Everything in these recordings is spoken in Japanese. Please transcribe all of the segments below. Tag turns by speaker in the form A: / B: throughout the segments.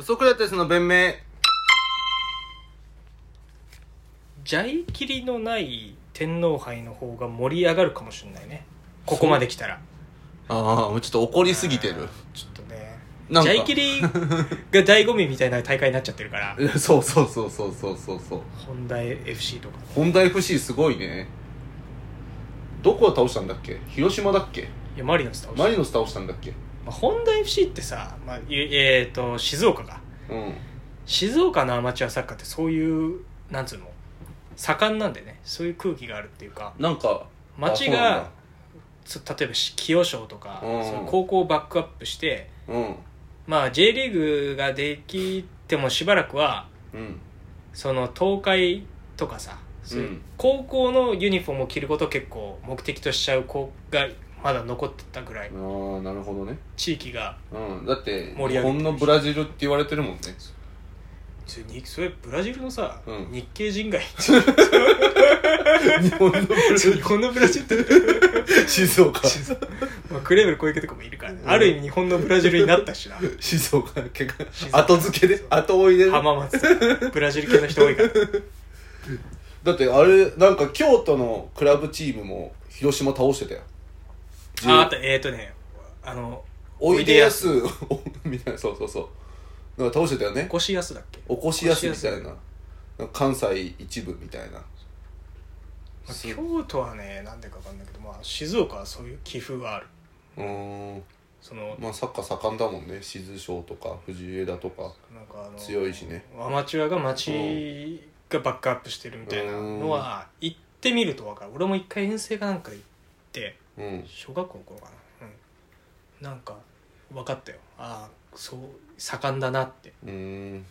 A: ソクラテスの弁明
B: 蛇切りのない天皇杯の方が盛り上がるかもしれないねここまで来たら
A: ああもうちょっと怒りすぎてる
B: ちょっとね
A: なんか
B: 蛇切りが醍醐味みたいな大会になっちゃってるから
A: そうそうそうそうそうそうそう
B: 本題 FC とか
A: 本田 FC すごいねどこを倒したんだっけ広島だっけ
B: いやマリノス倒した
A: マリノス倒したんだっけ
B: まあ、本田 FC ってさ、まあ、いえっ、と静岡が
A: うん
B: 静岡のアマチュアサッカーってそういうなんつうの盛んなんでねそういう空気があるっていうか
A: なんか
B: 町がつ例えばし清少とか、
A: うん
B: そういう高校をバックアップして
A: そうなんだ
B: まあ J リーグができてもしばらくは
A: うんうん
B: その東海とかさそういう
A: うん
B: 高校のユニフォームを着ることを結構目的としちゃう子がまだ残ってたぐら
A: あ
B: い
A: あなるほどね
B: 地域が
A: うんだって日
B: 盛り上げてる
A: 本のブラジルって言われてるもんね
B: それそれブラジルのさ、
A: うん
B: 日系人街
A: 日本のブラ
B: 日本のブラジルって
A: ル静岡
B: まあ、クレーベル小池とかもいるからね、ある意味日本のブラジルになっ たしな
A: 静岡結果
B: 静岡
A: 後付けで後追いでね
B: 浜松とかブラジル系の人多いから
A: だってあれなんか京都のクラブチームも広島倒してたよ
B: ああとえっ、ー、とねあの
A: おいでやす みたいなそうそうそうなんか倒してたよね
B: 起こしやすだっけ
A: 起こしやすみたいななんか関西一部みたいな
B: まあ京都はねなんでか分かんないけど、まあ、静岡はそういう寄付がある
A: うーん
B: その
A: まあサッカー盛んだもんね静賞とか藤枝とか
B: なんかあの
A: 強いしね
B: アマチュアが町がバックアップしてるみたいなのは行ってみると分かる俺も一回遠征かなんか行って
A: うん
B: 小学校の頃かなうんなんか分かったよああそう盛んだなって
A: うーん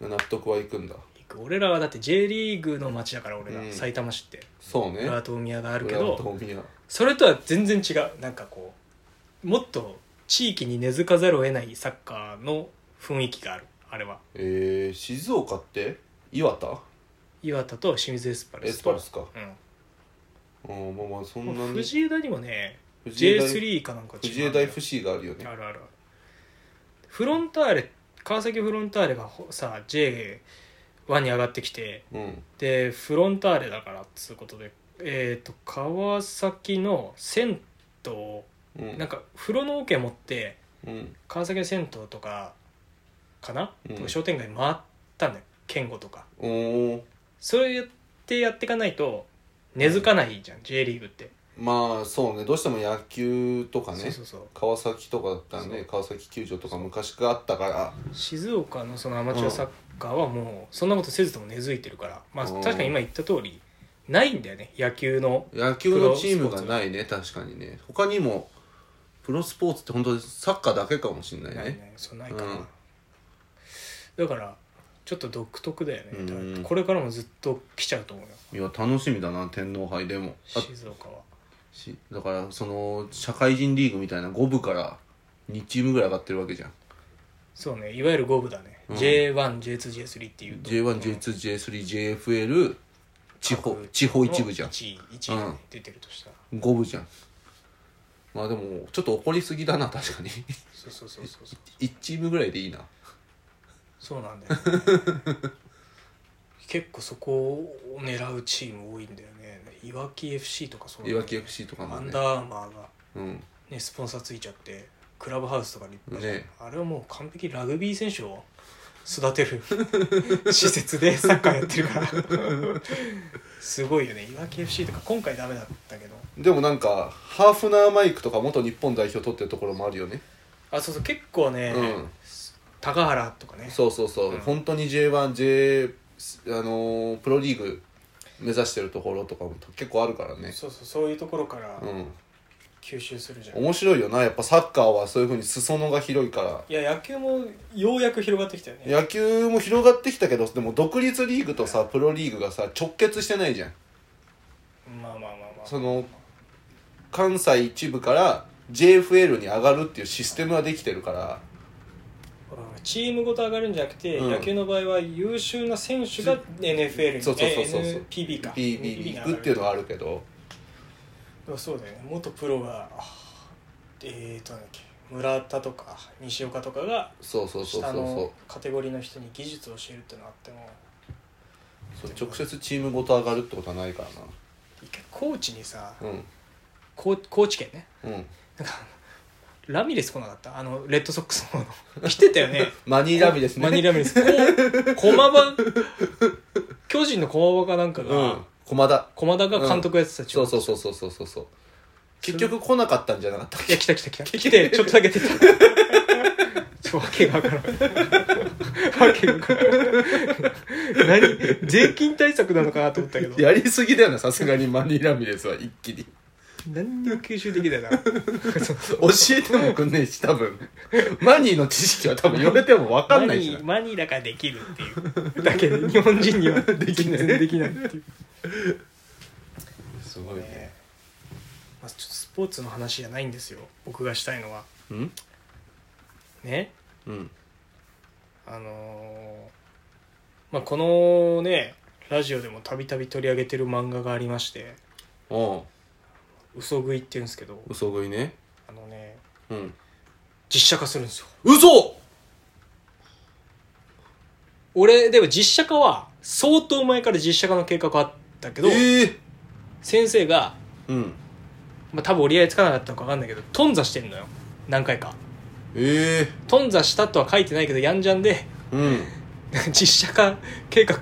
A: 納得はいくんだ
B: 行く俺らはだって J リーグの町だから俺ら、
A: うん
B: 埼玉市って
A: そうね
B: 浦和と宮があ
A: あ
B: るけどそれとは全然違うなんかこうもっと地域に根付かざるを得ないサッカーの雰囲気があるあれは
A: えー、静岡って岩田
B: 岩田と清水エスパル
A: エ
B: ス
A: ス
B: と
A: パルスかうんまあまあそ
B: うんん、
A: な
B: もう
A: に
B: 藤枝にもね
A: 藤枝
B: J3 かなんか
A: 藤枝 FC があるよね
B: あるあるあるフロンターレ川崎フロンターレがほさ J1 に上がってきて
A: うん
B: でフロンターレだからっつうことでえっ、と川崎の銭湯
A: うん
B: なんか風呂の桶持って
A: うん
B: 川崎の銭湯とかかな、
A: うん
B: とか商店街回ったんだよ健吾とか
A: おー
B: そうやってやっていかないと根付かないじゃん、J リーグって、
A: まあそうねどうしても野球とかね
B: そうそうそう
A: 川崎とかだったらね川崎球場とか昔があったから
B: 静岡のそのアマチュアサッカーはもうそんなことせずとも根付いてるから、まあ、
A: うん
B: 確かに今言った通りないんだよね野球の
A: 野球のチームがないね確かにね他にもプロスポーツって本当にサッカーだけかもしれない
B: ない
A: ね
B: ねそうないから、
A: うん
B: だからちょっと独特だよね、
A: うん
B: だからこれからもずっと来ちゃうと思う
A: い
B: よ
A: や楽しみだな天皇杯でもあ
B: 静岡は
A: しだからその社会人リーグみたいな5部から2チームぐらい上がってるわけじゃん
B: そうねいわゆる五部だね、
A: うん
B: J1J2J3 っていうと
A: J1J2J3JFL 地方地方一部じゃん
B: 1位1位
A: うん
B: 出てるとしたら、
A: 5部じゃんまあでもちょっと怒りすぎだな 確かに
B: そうそうそうそうそう
A: 1チームぐらいでいいな
B: そうなんだよ、 ね結構そこを狙うチーム多いんだよねいわき FC とかそうなん
A: い
B: だ
A: わ
B: よね
A: き FC とかも
B: アン
A: ね
B: ダーアーマーが、
A: うん
B: ね、スポンサーついちゃってクラブハウスとか立派じゃん
A: ね
B: あれはもう完璧ラグビー選手を育てる 施設でサッカーやってるから すごいよねいわき FC とか今回ダメだったけど
A: でもなんかハーフナーマイクとか元日本代表取ってるところもあるよね
B: あそうそう結構ね、
A: うん
B: 高原とかね
A: そうそうそう、
B: うん
A: 本当に J1J あのープロリーグ目指してるところとかも結構あるからね
B: そうそうそういうところから
A: うん
B: 吸収するじゃん、
A: 面白いよなやっぱサッカーはそういうふうに裾野が広いから
B: いや野球もようやく広がってきたよね
A: 野球も広がってきたけどでも独立リーグとさプロリーグがさ直結してないじゃん
B: まあまあまあまあ
A: その関西一部から JFL に上がるっていうシステムはできてるから
B: うんチームごと上がるんじゃなくて、
A: うん
B: 野球の場合は優秀な選手が NFL に
A: そうそうそうそうそう
B: PB か
A: PB リーグっていうのはあるけど
B: そうだよね元プロがあえーとなんだっけ村田とか西岡とかが
A: そうそうそうそう
B: 下
A: そう
B: のカテゴリーの人に技術を教えるっていうのがあっても
A: そう直接チームごと上がるってことはないから
B: 一回コーチにさ
A: なうん
B: コー高知県ね
A: うん
B: なんかラミレス来なかったあのレッドソックスの方の来てたよね
A: マニーラビですね
B: マニーラミレスこ う駒場巨人の駒場かなんかが、
A: うん駒田
B: 駒田が監督やってたち
A: そ
B: ょ
A: うそうそうそうそうそうそう結局来なかったんじゃなかった
B: いや来た来た来た来てちょっとだけ 出たちょわけがわからんわけが わからん何税金対策なのかなと思ったけ ど
A: やりすぎだよなさすがにマニーラミレスは一気に
B: 何にも吸収できないなそ
A: 教
B: う
A: えてもくんねえし多分マニーの知識は多分言われても分かんないしな
B: マニマニラができるっていうだけで日本人にはできない全然できないっていう、
A: すごいね
B: まあ、ちょっとスポーツの話じゃないんですよ僕がしたいのは
A: うん
B: ね
A: うん
B: あのーまあこのねラジオでもたびたび取り上げてる漫画がありまして
A: おう
B: 「嘘食い」って言うんですけど
A: 嘘食いね
B: あのね
A: うん
B: 実写化するんですよ
A: 嘘
B: 俺でも実写化は相当前から実写化の計画あったけど、
A: ええ
B: 先生が
A: うん
B: まあ、多分折り合いつかなかったのか分かんないけど頓挫してんのよ何回か
A: ええ
B: 頓挫したとは書いてないけどやんじゃんで
A: うん
B: 実写化計画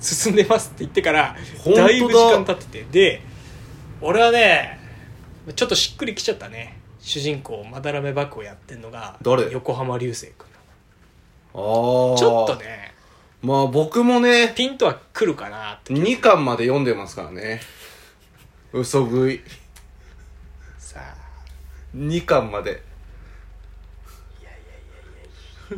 B: 進んでますって言ってから
A: 本当だ
B: だいぶ時間経っててで俺はねちょっとしっくりきちゃったね主人公まだらめバクをやってんのが
A: 誰
B: 横浜流星君
A: ああ
B: ちょっとね
A: まあ僕もね
B: ピンとは来るかなって
A: 2巻まで読んでますからね嘘食い
B: さあ
A: 2巻までいやいやいや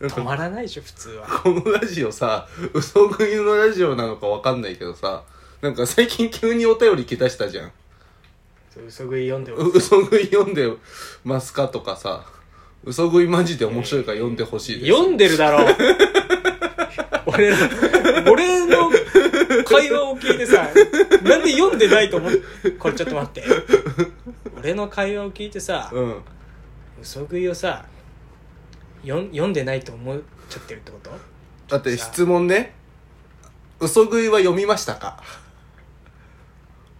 A: いや
B: 止まらないでしょ普通は
A: このラジオさ嘘食いのラジオなのかわかんないけどさなんか最近急にお便り来だしたじゃん
B: 嘘食い読んで
A: う
B: ほしい
A: 嘘食い読んでますかとかさ嘘食いマジで面白いから読んでほしいです
B: 読んでるだろう俺ら俺の会話を聞いてさなんで読んでないと思うこれちょっと待って俺の会話を聞いてさ
A: うん
B: 嘘食いをさよん読んでないと思っちゃってるってこと
A: だって質問ね嘘食いは読みました か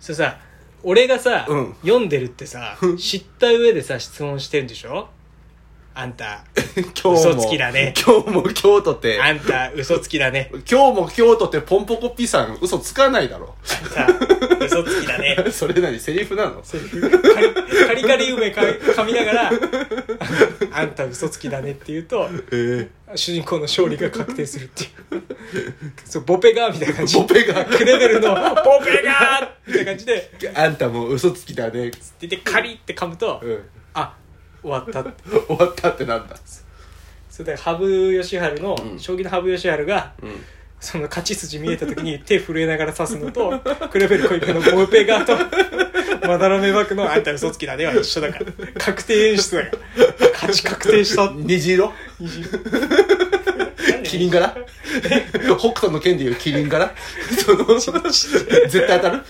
B: それさ俺がさ、
A: うん
B: 読んでるってさ知った上でさ質問してるんでしょあんた
A: 今日も
B: 嘘つきだね
A: 今日も今日とて
B: あんた嘘つきだね
A: 今日も今日とてポンポコピさん嘘つかないだろ
B: あんた嘘つきだね
A: それ何セリフなの
B: カリカリ梅か噛み ながら「あんた嘘つきだね」って言うと
A: え
B: 主人公の勝利が確定するっていうそうボペガーみたいな感
A: え
B: じ
A: ボペが
B: クレベ ルの「ボペガー!」みたいな感じで
A: あんたもう嘘つきだね、
B: 出てカリって噛むと
A: うん、
B: 「あ終わった」って
A: 終わったってなんだ
B: それで羽生善治の、
A: ん
B: 将棋の羽生善治が
A: うん
B: その勝ち筋見えた時に手震えながら指すのとクレベル小池のボペガ ーとまだらめバクの「あんた嘘つきだね」は一緒だから確定演出だから 勝ち確定したって
A: 虹色キリン柄北斗の剣でいうキリン柄 その 絶対当たる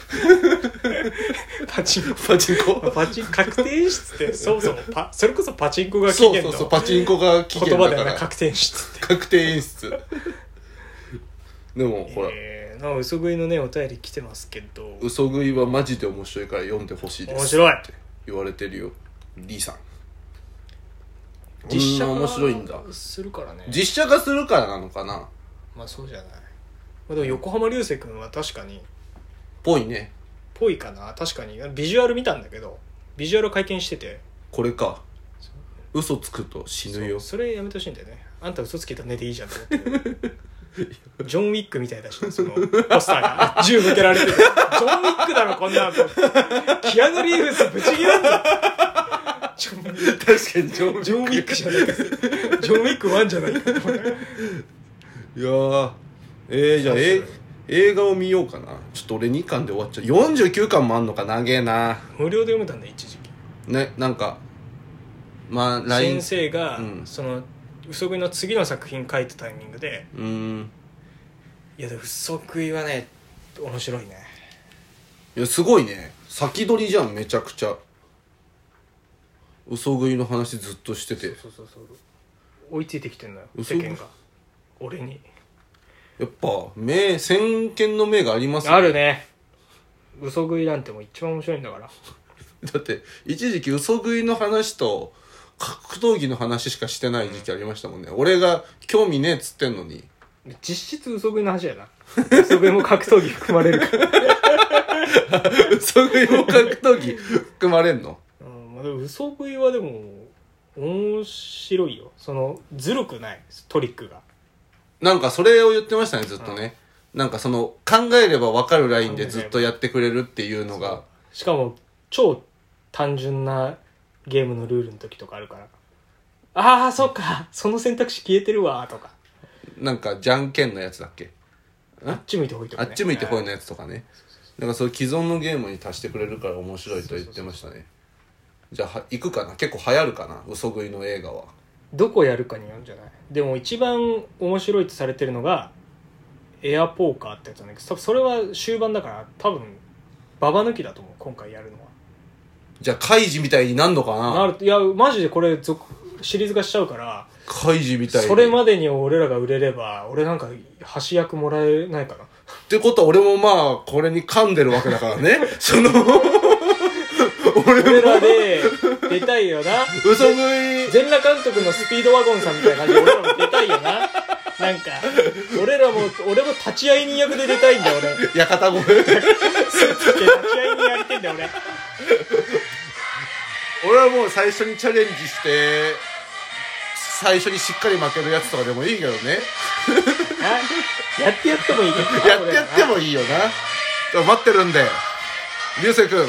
B: パチンコ
A: パチンコ
B: パチン確定演出ってそもそも パそれこそパチンコが起
A: そう
B: 源
A: そ
B: の
A: うそうパチンコが期
B: 言
A: 限
B: 葉
A: だ
B: だ
A: か
B: よな
A: ら
B: 確定演出って
A: 確定演出 でもほら、
B: えー、なんか嘘食いのねお便り来てますけど
A: 嘘食いはマジで面白いから読んでほしいです
B: 面白い
A: って言われてるよリーさんこんな面
B: 化
A: 白いんだ
B: するからね
A: 実写化するからなのかな
B: まあそうじゃない、まあ、でも横浜流星君は確かに
A: ぽいね
B: ぽいかな確かにビジュアル見たんだけどビジュアル会見してて
A: これか嘘つくと死ぬよ
B: それやめてほしいんだよねあんた嘘つけたねでいいじゃんと思ってジョン・ウィックみたいだしそのポスターが銃向けられてるジョン・ウィックだろこんなのと思ってキアヌ・リーブスぶち切れんぞジョン・ウィッ
A: 確かにジョ
B: クジョンウィックじゃないかジョン・ウィック1じゃないかと思って
A: いやーえー、じゃあ、え
B: 面白い
A: 映画を見ようかなちょっと俺2巻で終わっちゃう49巻もあんのか長えな
B: 無料で読めたんだ一時期
A: ねなんかまあ LINE
B: 先生が、
A: うん
B: その嘘食いの次の作品書いたタイミングで
A: うーん
B: いやでも嘘食いはね面白いね
A: いやすごいね先取りじゃんめちゃくちゃ嘘食いの話ずっとしてて
B: そうそうそう追いついてきてんのよ
A: 嘘
B: 世間が俺に
A: やっぱ目先見の目があります
B: あるね嘘食いなんてもう一番面白いんだから
A: だって一時期嘘食いの話と格闘技の話しかしてない時期ありましたもんね、俺が興味ねえっつってんのに
B: 実質嘘食いの話やな嘘食いも格闘技含まれるから、
A: 嘘食いも格闘技含まれんの
B: うんまあ、でも嘘食いはでも面白いよそのずるくないトリックが
A: なんかそれを言ってましたねずっとね、なんかその考えれば分かるラインでずっとやってくれるっていうのが
B: しかも超単純なゲームのルールの時とかあるからああそっかその選択肢消えてるわとか
A: なんかじゃんけんのやつだっけ
B: あっち向いてほいとか、
A: あ
B: ね、
A: っち向いてほいのやつとかねなんかそういう既存のゲームに足してくれるから面白いと言ってましたねじゃあは行くかな結構流行るかな嘘食いの映画は
B: どこやるかによるんじゃないでも一番面白いとされてるのがエアポーカーってやつなんだけどそそれは終盤だから多分ババ抜きだと思う今回やるのは
A: じゃあカイジみたいになんのかな
B: なるといやマジでこれ続シリーズ化しちゃうから
A: カイジみたいに
B: それまでに俺らが売れれば俺なんか橋役もらえないかな
A: ってことは俺もまあこれに噛んでるわけだから ねその俺も
B: 俺らで出たいよな
A: 嘘食い
B: 全裸監督のスピードワゴンさんみたいな感じで俺らも出たいよななんか俺らも俺も立ち会い人役で出たいんだよ俺
A: 屋形声
B: 立ち会い人やりてんだよ俺
A: 俺はもう最初にチャレンジして最初にしっかり負けるやつとかでもいいけどね
B: なやってやってもいいけどな
A: やってやってもいいよなじゃあ待ってるんで流星君